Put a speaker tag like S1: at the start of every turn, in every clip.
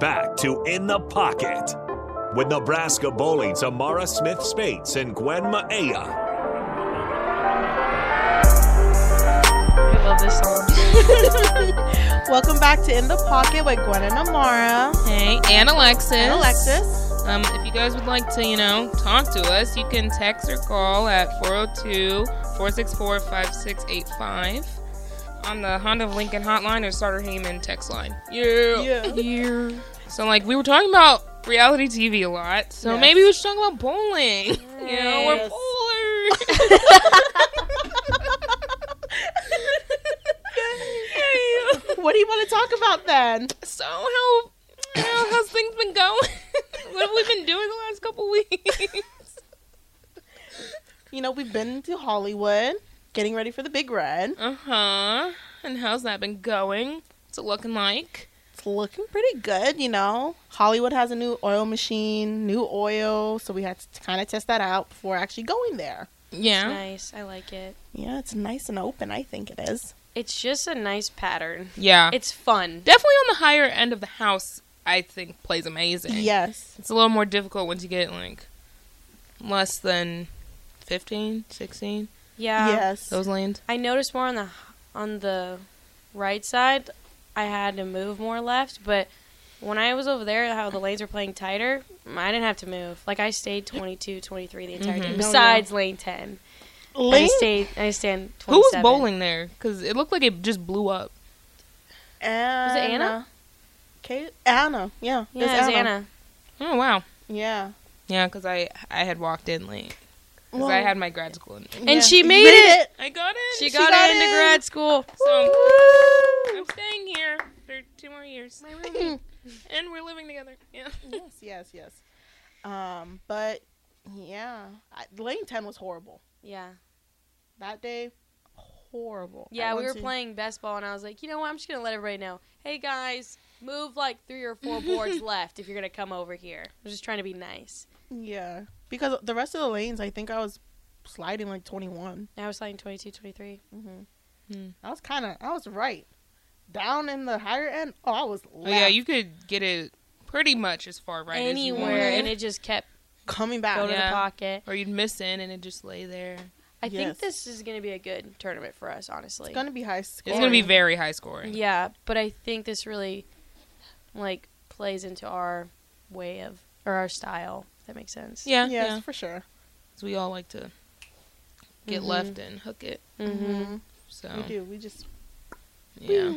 S1: Back to In the Pocket with Nebraska bowling Amara Smith Spates and Gwen Maea.
S2: I love this song.
S3: Welcome back to In the Pocket with Gwen and Amara
S2: Hey, and Alexis.
S3: and Alexis.
S2: Um, if you guys would like to, you know, talk to us, you can text or call at 402-464-5685 on the Honda of Lincoln hotline or Starter Heyman text line. Yeah. So, like, we were talking about reality TV a lot, so
S3: Yes.
S2: maybe we should talk about bowling. You know, we're
S3: Yes.
S2: bowlers.
S3: What do you want to talk about then?
S2: so, how, how how's things been going? what have we been doing the last couple weeks?
S3: You know, we've been to Hollywood, getting ready for the big red.
S2: Uh huh. And how's that been going? What's it looking like?
S3: It's looking pretty good, you know. Hollywood has a new oil machine, new oil, so we had to kind of test that out before actually going there.
S2: Yeah.
S4: Nice. I like it.
S3: Yeah, it's nice and open, I think it is.
S4: It's just a nice pattern.
S2: Yeah. It's
S4: It's fun.
S2: definitely on the higher end of the house. I think plays amazing.
S3: Yes.
S2: It's a little more difficult once you get like less than 15, 16,
S4: Yeah.
S3: yes.
S2: those lanes.
S4: I noticed more on the on the right side. I had to move more left, but when I was over there, how the lanes were playing tighter, I didn't have to move. Like I stayed 22, 23 the entire
S2: Mhm.
S4: time.
S3: No,
S4: Besides lane 10, I
S3: Lane
S4: stayed. I stand. 27.
S2: Who was bowling there? Because it looked like it just blew up.
S3: Anna.
S4: Was it Anna?
S3: Kate? Anna. Yeah.
S4: Yeah, it was Anna.
S2: Oh wow.
S3: Yeah.
S2: Yeah, because I I had walked in late because I had my grad school. In.
S3: yeah.
S4: she
S3: You
S4: made
S3: it.
S2: I got in.
S4: She
S3: She
S4: got,
S3: got
S4: into
S3: in.
S4: grad school.
S2: So I'm staying here for two more years, and we're living together. Yeah.
S3: yes, yes, yes. Um, but yeah, I, lane ten was horrible
S4: Yeah.
S3: that day. Horrible. I
S4: Yeah, we
S3: went
S4: were
S3: to-
S4: playing best ball, and I was like, you know what? I'm just gonna let everybody know. Hey guys, move like three or four boards left if you're gonna come over here. I'm just trying to be nice.
S3: Yeah, because the rest of the lanes, I think I was sliding like twenty one.
S4: Now we're sliding 22, 23.
S3: I was kind of, I was right. Down in the higher end, oh, I was
S2: Oh, yeah,
S3: left.
S2: you could get it pretty much as far right as you wanted.
S4: anywhere, and it just kept
S3: coming
S4: going
S3: back.
S4: to
S2: Yeah.
S4: the pocket.
S2: or you'd miss in and it just lay there.
S4: I
S3: Yes.
S4: think this is gonna be a good tournament for us, honestly.
S3: It's gonna be high
S2: It's
S3: scoring.
S2: going to be very high scoring.
S4: Yeah, but I think this really like plays into our way of or our style. If that makes sense.
S2: yeah,
S3: yes,
S2: yeah.
S3: for sure.
S2: 'Cause we all like to get
S4: Mhm.
S2: left and hook it.
S4: Mm-hmm.
S2: So
S3: We do. We just.
S2: yeah,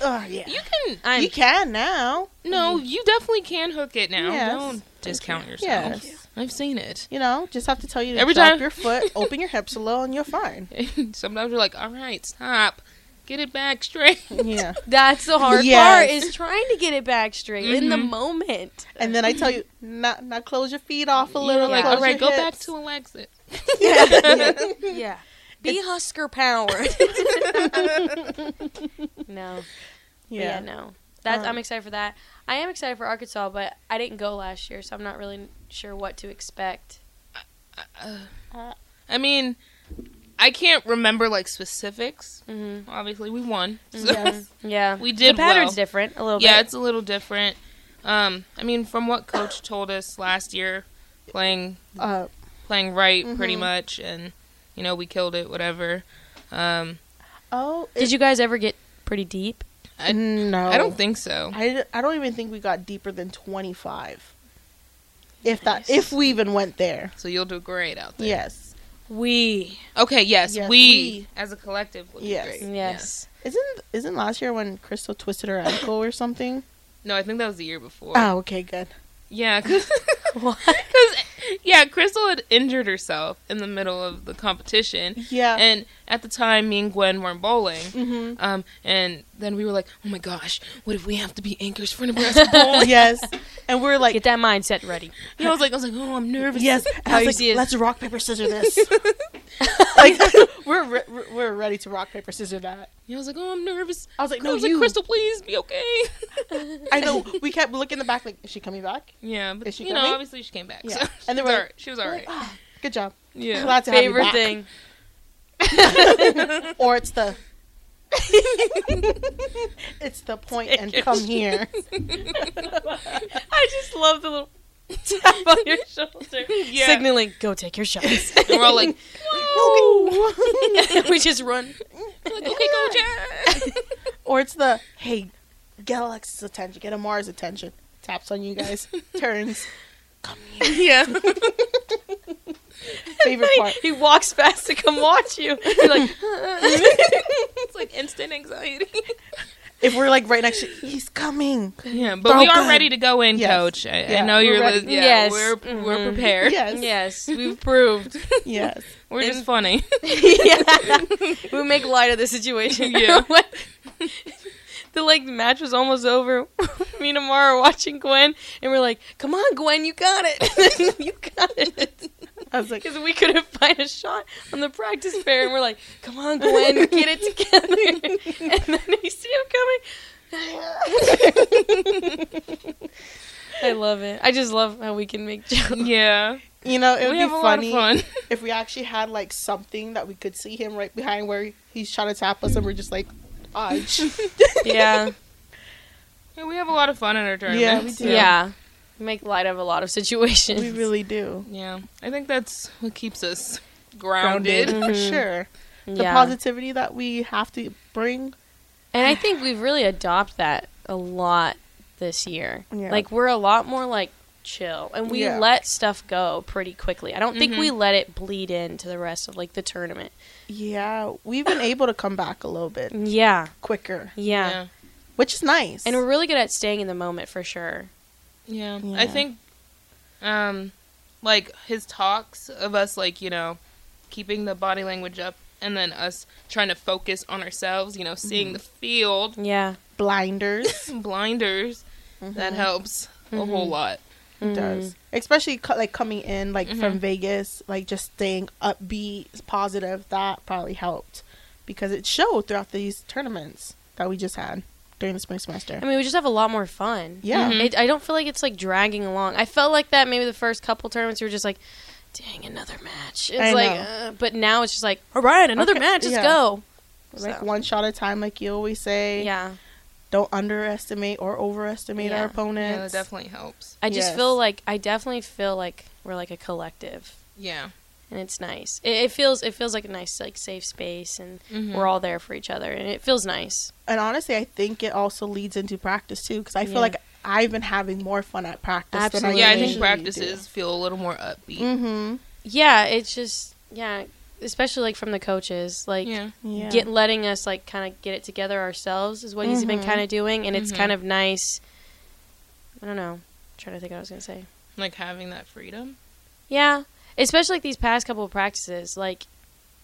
S3: Oh yeah.
S2: you can.
S4: I'm
S3: you can now.
S2: No, you definitely can hook it now.
S3: Yes.
S2: Don't discount yourself.
S3: Yes.
S2: I've seen it.
S3: You know, just have to tell you to
S2: Every
S3: drop
S2: time-
S3: your foot, open your hips a little, and you're fine.
S2: Sometimes you're like, all right, stop, get it back straight.
S3: Yeah.
S4: That's the hard
S3: Yes. Mm-hmm.
S4: part is trying to get it back straight in the
S2: Mhm.
S4: moment.
S3: And then I tell you, not not close your feet off a little.
S2: You're like,
S3: close
S2: all right,
S3: your
S2: go back
S3: hips."
S2: to Alexa.
S3: Yeah.
S4: Yeah. Be Husker powered. no. Yeah.
S3: yeah.
S4: no. That's
S3: Um,
S4: I'm excited for that. I am excited for Arkansas, but I didn't go last year, so I'm not really sure what to expect.
S2: I mean, I can't remember like specifics.
S4: Mm-hmm.
S2: Obviously, we won. So
S3: Yes.
S4: Yeah.
S2: we did.
S4: the pattern's
S2: well.
S4: different a little
S2: Yeah,
S4: bit.
S2: it's a little different. Um, I mean, from what coach told us last year, playing
S3: Uh,
S2: playing right pretty
S4: Mm-hmm.
S3: Mhm.
S2: much, and you know we killed it. Whatever. Um,
S3: oh.
S4: Did you guys ever get pretty deep?
S2: I-
S3: no.
S2: I don't think so.
S3: I, I don't even think we got deeper than 25. If that
S2: Nice.
S3: if we even went there.
S2: So you'll do great out there.
S3: Yes.
S4: We.
S2: Okay. Yes,
S3: Yes,
S2: we,
S3: we.
S2: as a collective will
S3: Yes.
S2: do great.
S4: Yes.
S3: Isn't isn't last year when Crystal twisted her ankle or something?
S2: No, I think that was the year before.
S3: Oh, okay, good.
S2: Yeah. Cause,
S4: What?
S2: Cause, yeah, Crystal had injured herself in the middle of the competition.
S3: Yeah.
S2: And at the time, me and Gwen weren't bowling.
S3: hmm
S2: Um, and then we were like, oh my gosh, what if we have to be anchors for Nebraska bowling?
S3: yes. And we are like
S4: Get that mindset ready.
S2: Yeah, I was like, I was like, oh, I'm nervous.
S3: yes.
S4: How
S3: I
S4: you
S3: was
S4: see
S3: like,
S4: it.
S3: let's rock paper scissors this. like we're re- re- we're ready to rock paper scissors that.
S2: Yeah, I was like, oh, I'm nervous.
S3: I was like,
S2: I
S3: no,
S2: was
S3: you.
S2: like, Crystal, please be okay.
S3: I know. We kept looking in the back, like, is she coming back?
S2: yeah, but
S3: Is she
S2: you know,
S3: coming?
S2: obviously she came back.
S3: Yeah.
S2: So
S3: And
S2: and
S3: they
S2: she
S3: were
S2: was
S3: like-
S2: alright. She was alright.
S3: Like, "Ah, good job.
S2: yeah.
S3: Glad to have you
S4: Favorite
S3: back."
S4: thing.
S3: Or it's the it's the point and come here.
S4: I just love the little tap on your shoulder,
S2: Yeah.
S4: signaling go take your shots.
S2: And we're all like,
S4: we just run.
S2: like, okay, go, Jack.
S3: or it's the hey, get Alexa's attention, get Amar's attention. Taps on you guys, turns.
S2: yeah.
S3: Favorite part.
S4: He walks fast to come watch you. You're like,
S2: It's like instant anxiety.
S3: If we're like right next to, he's coming.
S2: Yeah, but we are
S3: Broken.
S2: ready to go in,
S3: Yes.
S2: Coach. I, I
S3: Yeah,
S2: know
S3: we're
S2: you're.
S3: ready. Mm-hmm.
S2: Li- yeah,
S4: Yes.
S2: we're we're
S4: Mhm.
S2: prepared.
S3: Yes,
S4: yes, we've proved.
S3: yes.
S2: We're just
S4: And-
S2: funny.
S4: yeah. We make light of the situation.
S2: Yeah.
S4: the like the match was almost over. Me and Amara are watching Gwen and we're like, Come on, Gwen, you got it. you got it.
S3: I was like,
S4: Because we couldn't find a shot on the practice fair and we're like, Come on, Gwen, get it together. and then you see him coming. I love it. I just love how we can make jokes.
S2: yeah,
S3: you know, it would
S2: we
S3: be
S2: have a
S3: funny
S2: lot of fun.
S3: if we actually had like something that we could see him right behind where he's trying to tap us, and we're just like, ouch.
S4: Yeah.
S2: Yeah, we have a lot of fun in our tournament.
S3: Yeah, we do.
S4: Yeah. Make light of a lot of situations.
S3: we really do.
S2: Yeah, I think that's what keeps us grounded.
S3: for sure. The
S4: Mm-hmm. yeah.
S3: positivity that we have to bring.
S4: And I think we've really adopted that a lot this year.
S3: Yeah.
S4: Like we're a lot more like chill and we
S3: Yeah.
S4: let stuff go pretty quickly. I don't think
S2: Mhm.
S4: we let it bleed into the rest of like the tournament.
S3: Yeah, we've been able to come back a little bit
S4: Yeah.
S3: quicker,
S4: Yeah.
S2: yeah.
S3: which is nice.
S4: And we're really good at staying in the moment for sure.
S2: Yeah.
S3: Yeah.
S2: I think um like his talks of us like, you know, keeping the body language up and then us trying to focus on ourselves, you know,
S4: Mm-hmm.
S2: seeing the field,
S4: Yeah.
S3: blinders
S2: blinders,
S4: Mm-hmm.
S2: that helps a whole lot.
S3: It does, Mm-hmm. especially co- like coming in like
S4: Mm-hmm.
S3: from Vegas, like just staying upbeat, positive. That probably helped because it showed throughout these tournaments that we just had during the spring semester.
S4: I mean, we just have a lot more fun.
S3: Yeah.
S2: Mhm.
S4: It, I don't feel like it's like dragging along. I felt like that maybe the first couple tournaments you were just like, dang, another match. It's
S3: I
S4: like,
S3: know.
S4: uh, but now it's just like, all right, another
S3: Okay,
S4: match. Let's
S3: yeah.
S4: go.
S3: like
S4: So,
S3: one shot at a time, like you always say.
S4: yeah.
S3: Don't underestimate or overestimate
S4: Yeah.
S3: our
S4: Yeah,
S2: Yeah, that
S3: opponents.
S2: definitely helps.
S4: I just
S3: Yes.
S4: feel like I definitely feel like we're like a collective,
S2: Yeah.
S4: and it's nice. It, it feels it feels like a nice like safe space, and
S3: Mm-hmm.
S2: Mhm.
S4: we're all there for each other, and it feels nice.
S3: and honestly, I think it also leads into practice too, because I feel
S4: Yeah.
S3: like I've been having more fun at practice.
S4: Absolutely.
S3: Than I
S2: Yeah, I
S4: usually
S2: think practices feel a little more upbeat.
S4: Mm,
S3: Mm-hmm.
S4: Yeah, it's just yeah, especially like from the coaches, like
S2: Yeah.
S3: Yeah.
S4: get letting us like kind of get it together ourselves is what he's been
S3: Mhm.
S4: kind of doing, and it's
S2: Mhm.
S4: kind of nice. I don't know. I'm trying to think what I was gonna say.
S2: Like having that freedom.
S4: Yeah, especially like these past couple of practices, like.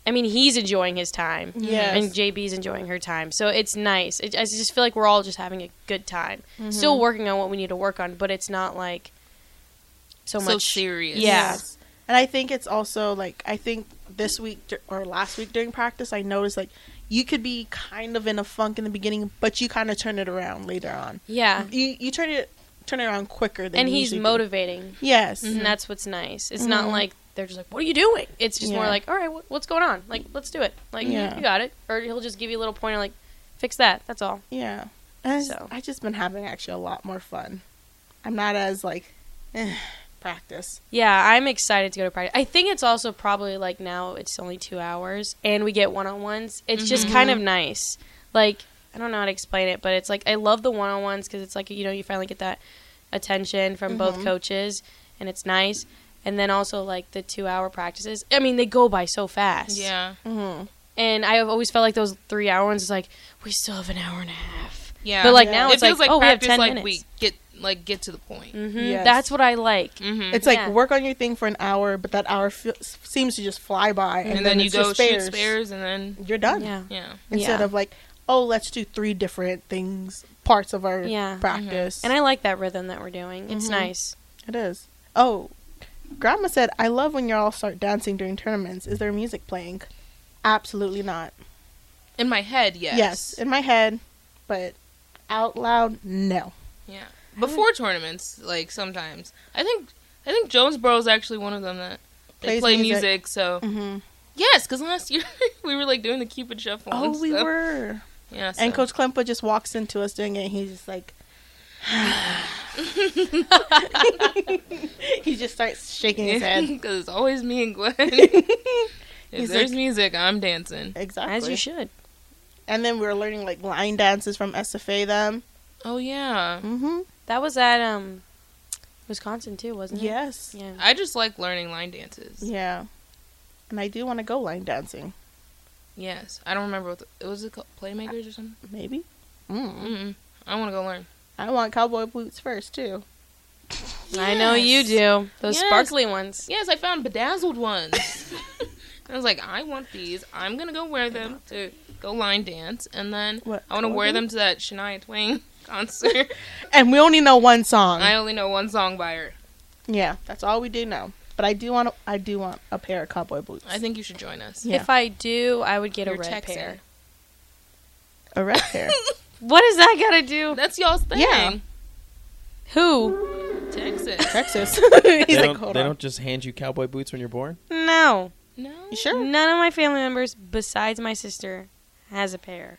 S4: I mean, he's enjoying his time.
S3: Yes.
S4: and JB's enjoying her time. So it's nice. It, I just feel like we're all just having a good time.
S3: Mm-hmm.
S4: Still working on what we need to work on, but it's not like so,
S2: So
S4: much
S2: serious.
S4: Yeah.
S3: Yes. And I think it's also like I think this week dur- or last week during practice, I noticed like you could be kind of in a funk in the beginning, but you kind of turn it around later on.
S4: Yeah,
S3: You you turn it turn it around quicker than
S4: and
S3: you
S4: he's Mm-hmm.
S3: usually do.
S4: motivating,
S3: Yes.
S4: and that's what's nice. It's not like they're just like, "What are you doing?" It's just more
S3: Mm-hmm. Yeah.
S4: like, "All right, wh- what's going on? Like, let's do it. Like,
S3: Yeah.
S4: you got it." Or he'll just give you a little pointer, like, "Fix that." That's all.
S3: Yeah. And it's-
S4: So.
S3: I just been having actually a lot more fun. I'm not as like eh, practice.
S4: Yeah, I'm excited to go to practice. I think it's also probably like now it's only two hours and we get one on ones. It's just
S2: Mm-hmm.
S4: kind of nice. Like, I don't know how to explain it, but it's like I love the one on ones because it's like, you know, you finally get that attention from both
S2: Mm-hmm.
S4: coaches and it's nice. And then also like the two hour practices. I mean, they go by so fast.
S2: Yeah.
S3: Mm-hmm.
S4: And I've always felt like those three hour ones is like, we still have an hour and a half.
S2: Yeah.
S4: But like
S3: Yeah.
S4: now
S2: it
S4: it's like,
S2: feels like,
S4: oh, we have
S2: practice
S4: 10
S2: like
S4: minutes.
S2: we get like get to the point.
S4: hmm
S3: Yes.
S4: That's what I like.
S2: Mm-hmm.
S3: Mm-hmm. It's like
S4: Yeah.
S3: work on your thing for an hour, but that hour fe- seems to just fly by, and,
S2: And,
S3: then,
S2: then, you
S3: it's
S2: go
S3: your spares.
S2: shoot spares and then
S3: You're done.
S4: Yeah.
S2: yeah.
S3: instead
S4: Yeah.
S3: of like oh let's do three different things parts of our
S4: Yeah. Mm-hmm.
S3: practice
S4: And I like that rhythm that we're doing.
S2: Mm-hmm.
S4: It's nice.
S3: it is oh grandma said i love when y'all start dancing during tournaments is there music playing absolutely not
S2: In my head, yes.
S3: yes, in my head but out loud no
S2: Yeah. Before tournaments, like sometimes. I think I think Jonesboro is actually one of them that they
S3: Plays
S2: play
S3: music.
S2: music. so
S3: mm-hmm.
S2: yes, because last year we were like doing the Cupid shuffle.
S3: oh
S2: and
S3: we
S2: stuff.
S3: were
S2: Yeah. So.
S3: And Coach Klempa just walks into us doing it. And he's just like, he just starts shaking his head.
S2: Because it's always me and Gwen. if
S3: exactly. He's
S2: there's
S3: like-
S2: music, I'm dancing.
S4: As you should.
S3: And then we were learning like line dances from SFA them.
S2: Oh yeah.
S3: Mm-hmm.
S4: That was at um, Wisconsin too, wasn't it?
S3: Yes.
S4: Yeah.
S2: I just like learning line dances.
S3: Yeah. And I do want to go line dancing.
S2: Yes. I don't remember what the, it was. It called Playmakers or something.
S3: Maybe. Mm.
S2: Mm-mm. I want to go learn.
S3: I want cowboy boots first too.
S4: I know you do. Those
S2: Yes.
S4: sparkly ones.
S2: Yes, I found bedazzled ones. I was like, I want these. I'm gonna go wear them to go line dance, and then
S3: What,
S2: I want to
S3: cowboy
S2: wear
S3: boots?
S2: them to that Shania Twain concert.
S3: And we only know one song.
S2: I only know one song by her.
S3: yeah, that's all we do know. But I do want to, I do want a pair of cowboy boots.
S2: I think you should join us.
S3: Yeah.
S4: If I do, I would get
S2: You're
S4: a red
S2: Texan.
S4: pair.
S3: a red pair.
S4: What does that got to do?
S2: That's y'all's thing.
S3: Yeah.
S4: Who?
S2: Texas.
S3: Texas. He's like,
S5: they don't,
S3: hold
S5: they
S3: on.
S5: don't just hand you cowboy boots when you're born.
S4: No.
S2: No.
S3: You sure?
S4: None of my family members besides my sister has a pair.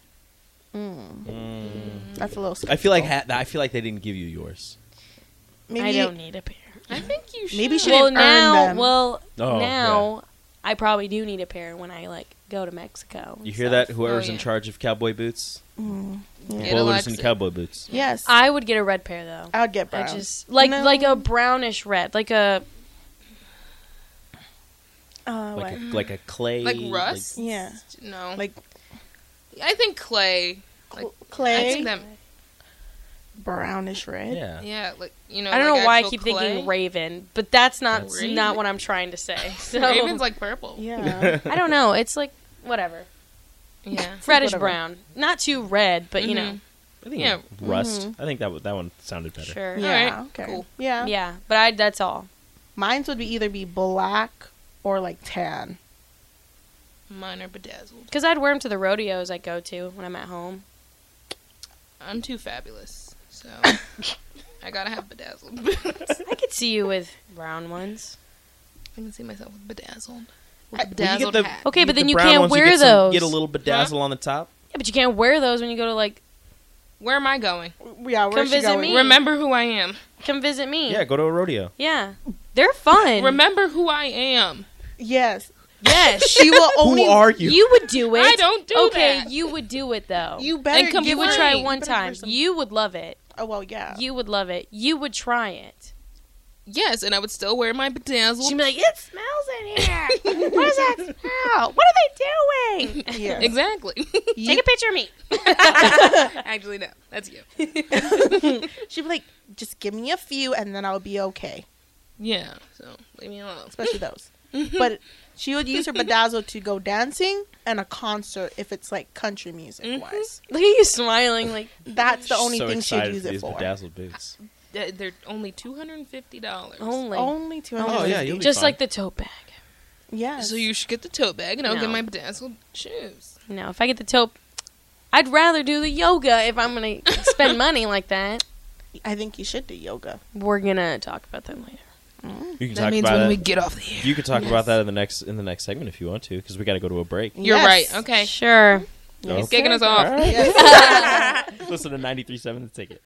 S3: Mm. That's a little.
S5: I feel like
S3: skeptical.
S5: ha- I feel like they didn't give you yours.
S3: maybe
S4: I don't need a pair.
S2: I think you should.
S3: Maybe she
S4: Well,
S3: didn't earn
S4: now,
S3: them.
S4: well,
S5: Oh,
S4: now I probably do need a pair when I like go to Mexico. and
S5: You hear
S4: stuff.
S5: that? Whoever's
S2: Oh, yeah.
S5: in charge of cowboy boots,
S3: Mm.
S2: Get
S5: bowlers in
S2: Alexa.
S5: cowboy boots.
S3: Yes, I,
S4: I would get a red pair though.
S3: would get brown.
S4: I just like
S3: No.
S4: like a brownish red, like a
S3: uh,
S5: Like a,
S3: what?
S5: like a clay,
S2: Like rust.
S3: Yeah,
S2: No.
S3: like
S2: I think clay. Like,
S3: clay,
S2: I think that.
S3: brownish red.
S5: like- yeah.
S2: Yeah. Like you know.
S4: I don't
S2: like
S4: know why I
S2: actual
S4: keep
S2: clay.
S4: thinking raven, but that's not
S5: That's-
S4: s- not what I'm trying to say. So
S2: Raven's like purple.
S3: Yeah.
S4: I don't know. It's like whatever,
S2: Yeah.
S4: reddish
S3: Whatever.
S4: brown, not too red, but you
S2: Mhm.
S4: know,
S5: I think
S2: Yeah.
S5: rust. I think that w- that one sounded better.
S4: sure,
S3: yeah.
S2: Alright,
S3: Okay.
S2: cool.
S3: Yeah.
S4: yeah. But I that's all.
S3: Mines would be either be black or like tan.
S2: Mine are bedazzled.
S4: Because I'd wear them to the rodeos I go to when I'm at home.
S2: I'm too fabulous, so I gotta have bedazzled boots.
S4: I could see you with brown ones.
S2: I can see myself with bedazzled.
S5: Well, you
S2: With
S5: get
S2: bedazzled
S5: the-
S2: hat.
S4: Okay,
S5: get
S4: but
S5: the
S4: then you
S5: brown
S4: can't
S5: ones,
S4: wear
S5: get some-
S4: those.
S5: Get a little bedazzle on the top.
S4: Yeah, but you can't wear those when you go to like
S2: Where am I going?
S3: Yeah, where's
S4: Come
S3: she
S4: visit
S3: going?
S4: me.
S2: Remember who I am.
S4: come visit me.
S5: Yeah, go to a rodeo.
S4: yeah, they're fun.
S2: Remember who I am.
S3: Yes,
S4: yes,
S3: she will only.
S5: Who are you?
S4: you, would do it.
S2: I don't do
S4: okay,
S2: that.
S4: you would do it though.
S3: You better.
S2: And come
S3: give
S4: you
S2: would
S4: would
S3: her-
S2: Right.
S4: try
S2: You
S4: one
S3: better give her
S4: time.
S3: some-
S4: You would love it.
S3: Oh well, yeah.
S4: You would love it. You would try it.
S2: Yes, and I would still wear my bedazzled.
S4: She'd be like, "It smells in here. what does that smell? What are they doing?
S3: Yes.
S2: exactly.
S4: Take a picture of me."
S2: Actually, no, that's you.
S3: She'd be like, just give me a few, and then I'll be okay.
S2: Yeah. So leave me alone.
S3: especially those.
S4: Mm-hmm.
S3: but she would use her bedazzle to go dancing and a concert if it's like country music
S4: Mm-hmm.
S3: wise.
S4: Look at you smiling. Like
S3: That's the only
S5: so
S3: thing she'd
S5: excited
S3: use
S5: for
S3: it
S5: these
S3: for.
S5: bedazzled boots.
S2: Th- They're only two hundred and fifty dollars.
S4: only,
S3: Only two hundred.
S5: Oh, yeah, you'll be
S4: just
S5: fine.
S4: like the tote bag.
S3: yeah.
S2: So you should get the tote bag, and I'll
S4: No.
S2: get my bedazzled shoes.
S4: No, if I get the tote, I'd rather do the yoga if I'm gonna spend money like that.
S3: I think you should do yoga.
S4: We're gonna talk about that later.
S5: You can
S2: That
S5: talk
S2: means
S5: about
S2: when
S5: that.
S2: we get off the air.
S5: you could talk about that in the next in the next segment if you want to, because we got to go to a break.
S2: You're
S3: Yes.
S2: right. Okay.
S4: Sure.
S5: Yes.
S2: Kicking us off.
S5: All right.
S3: Yes.
S5: Listen to 93.7 The Ticket.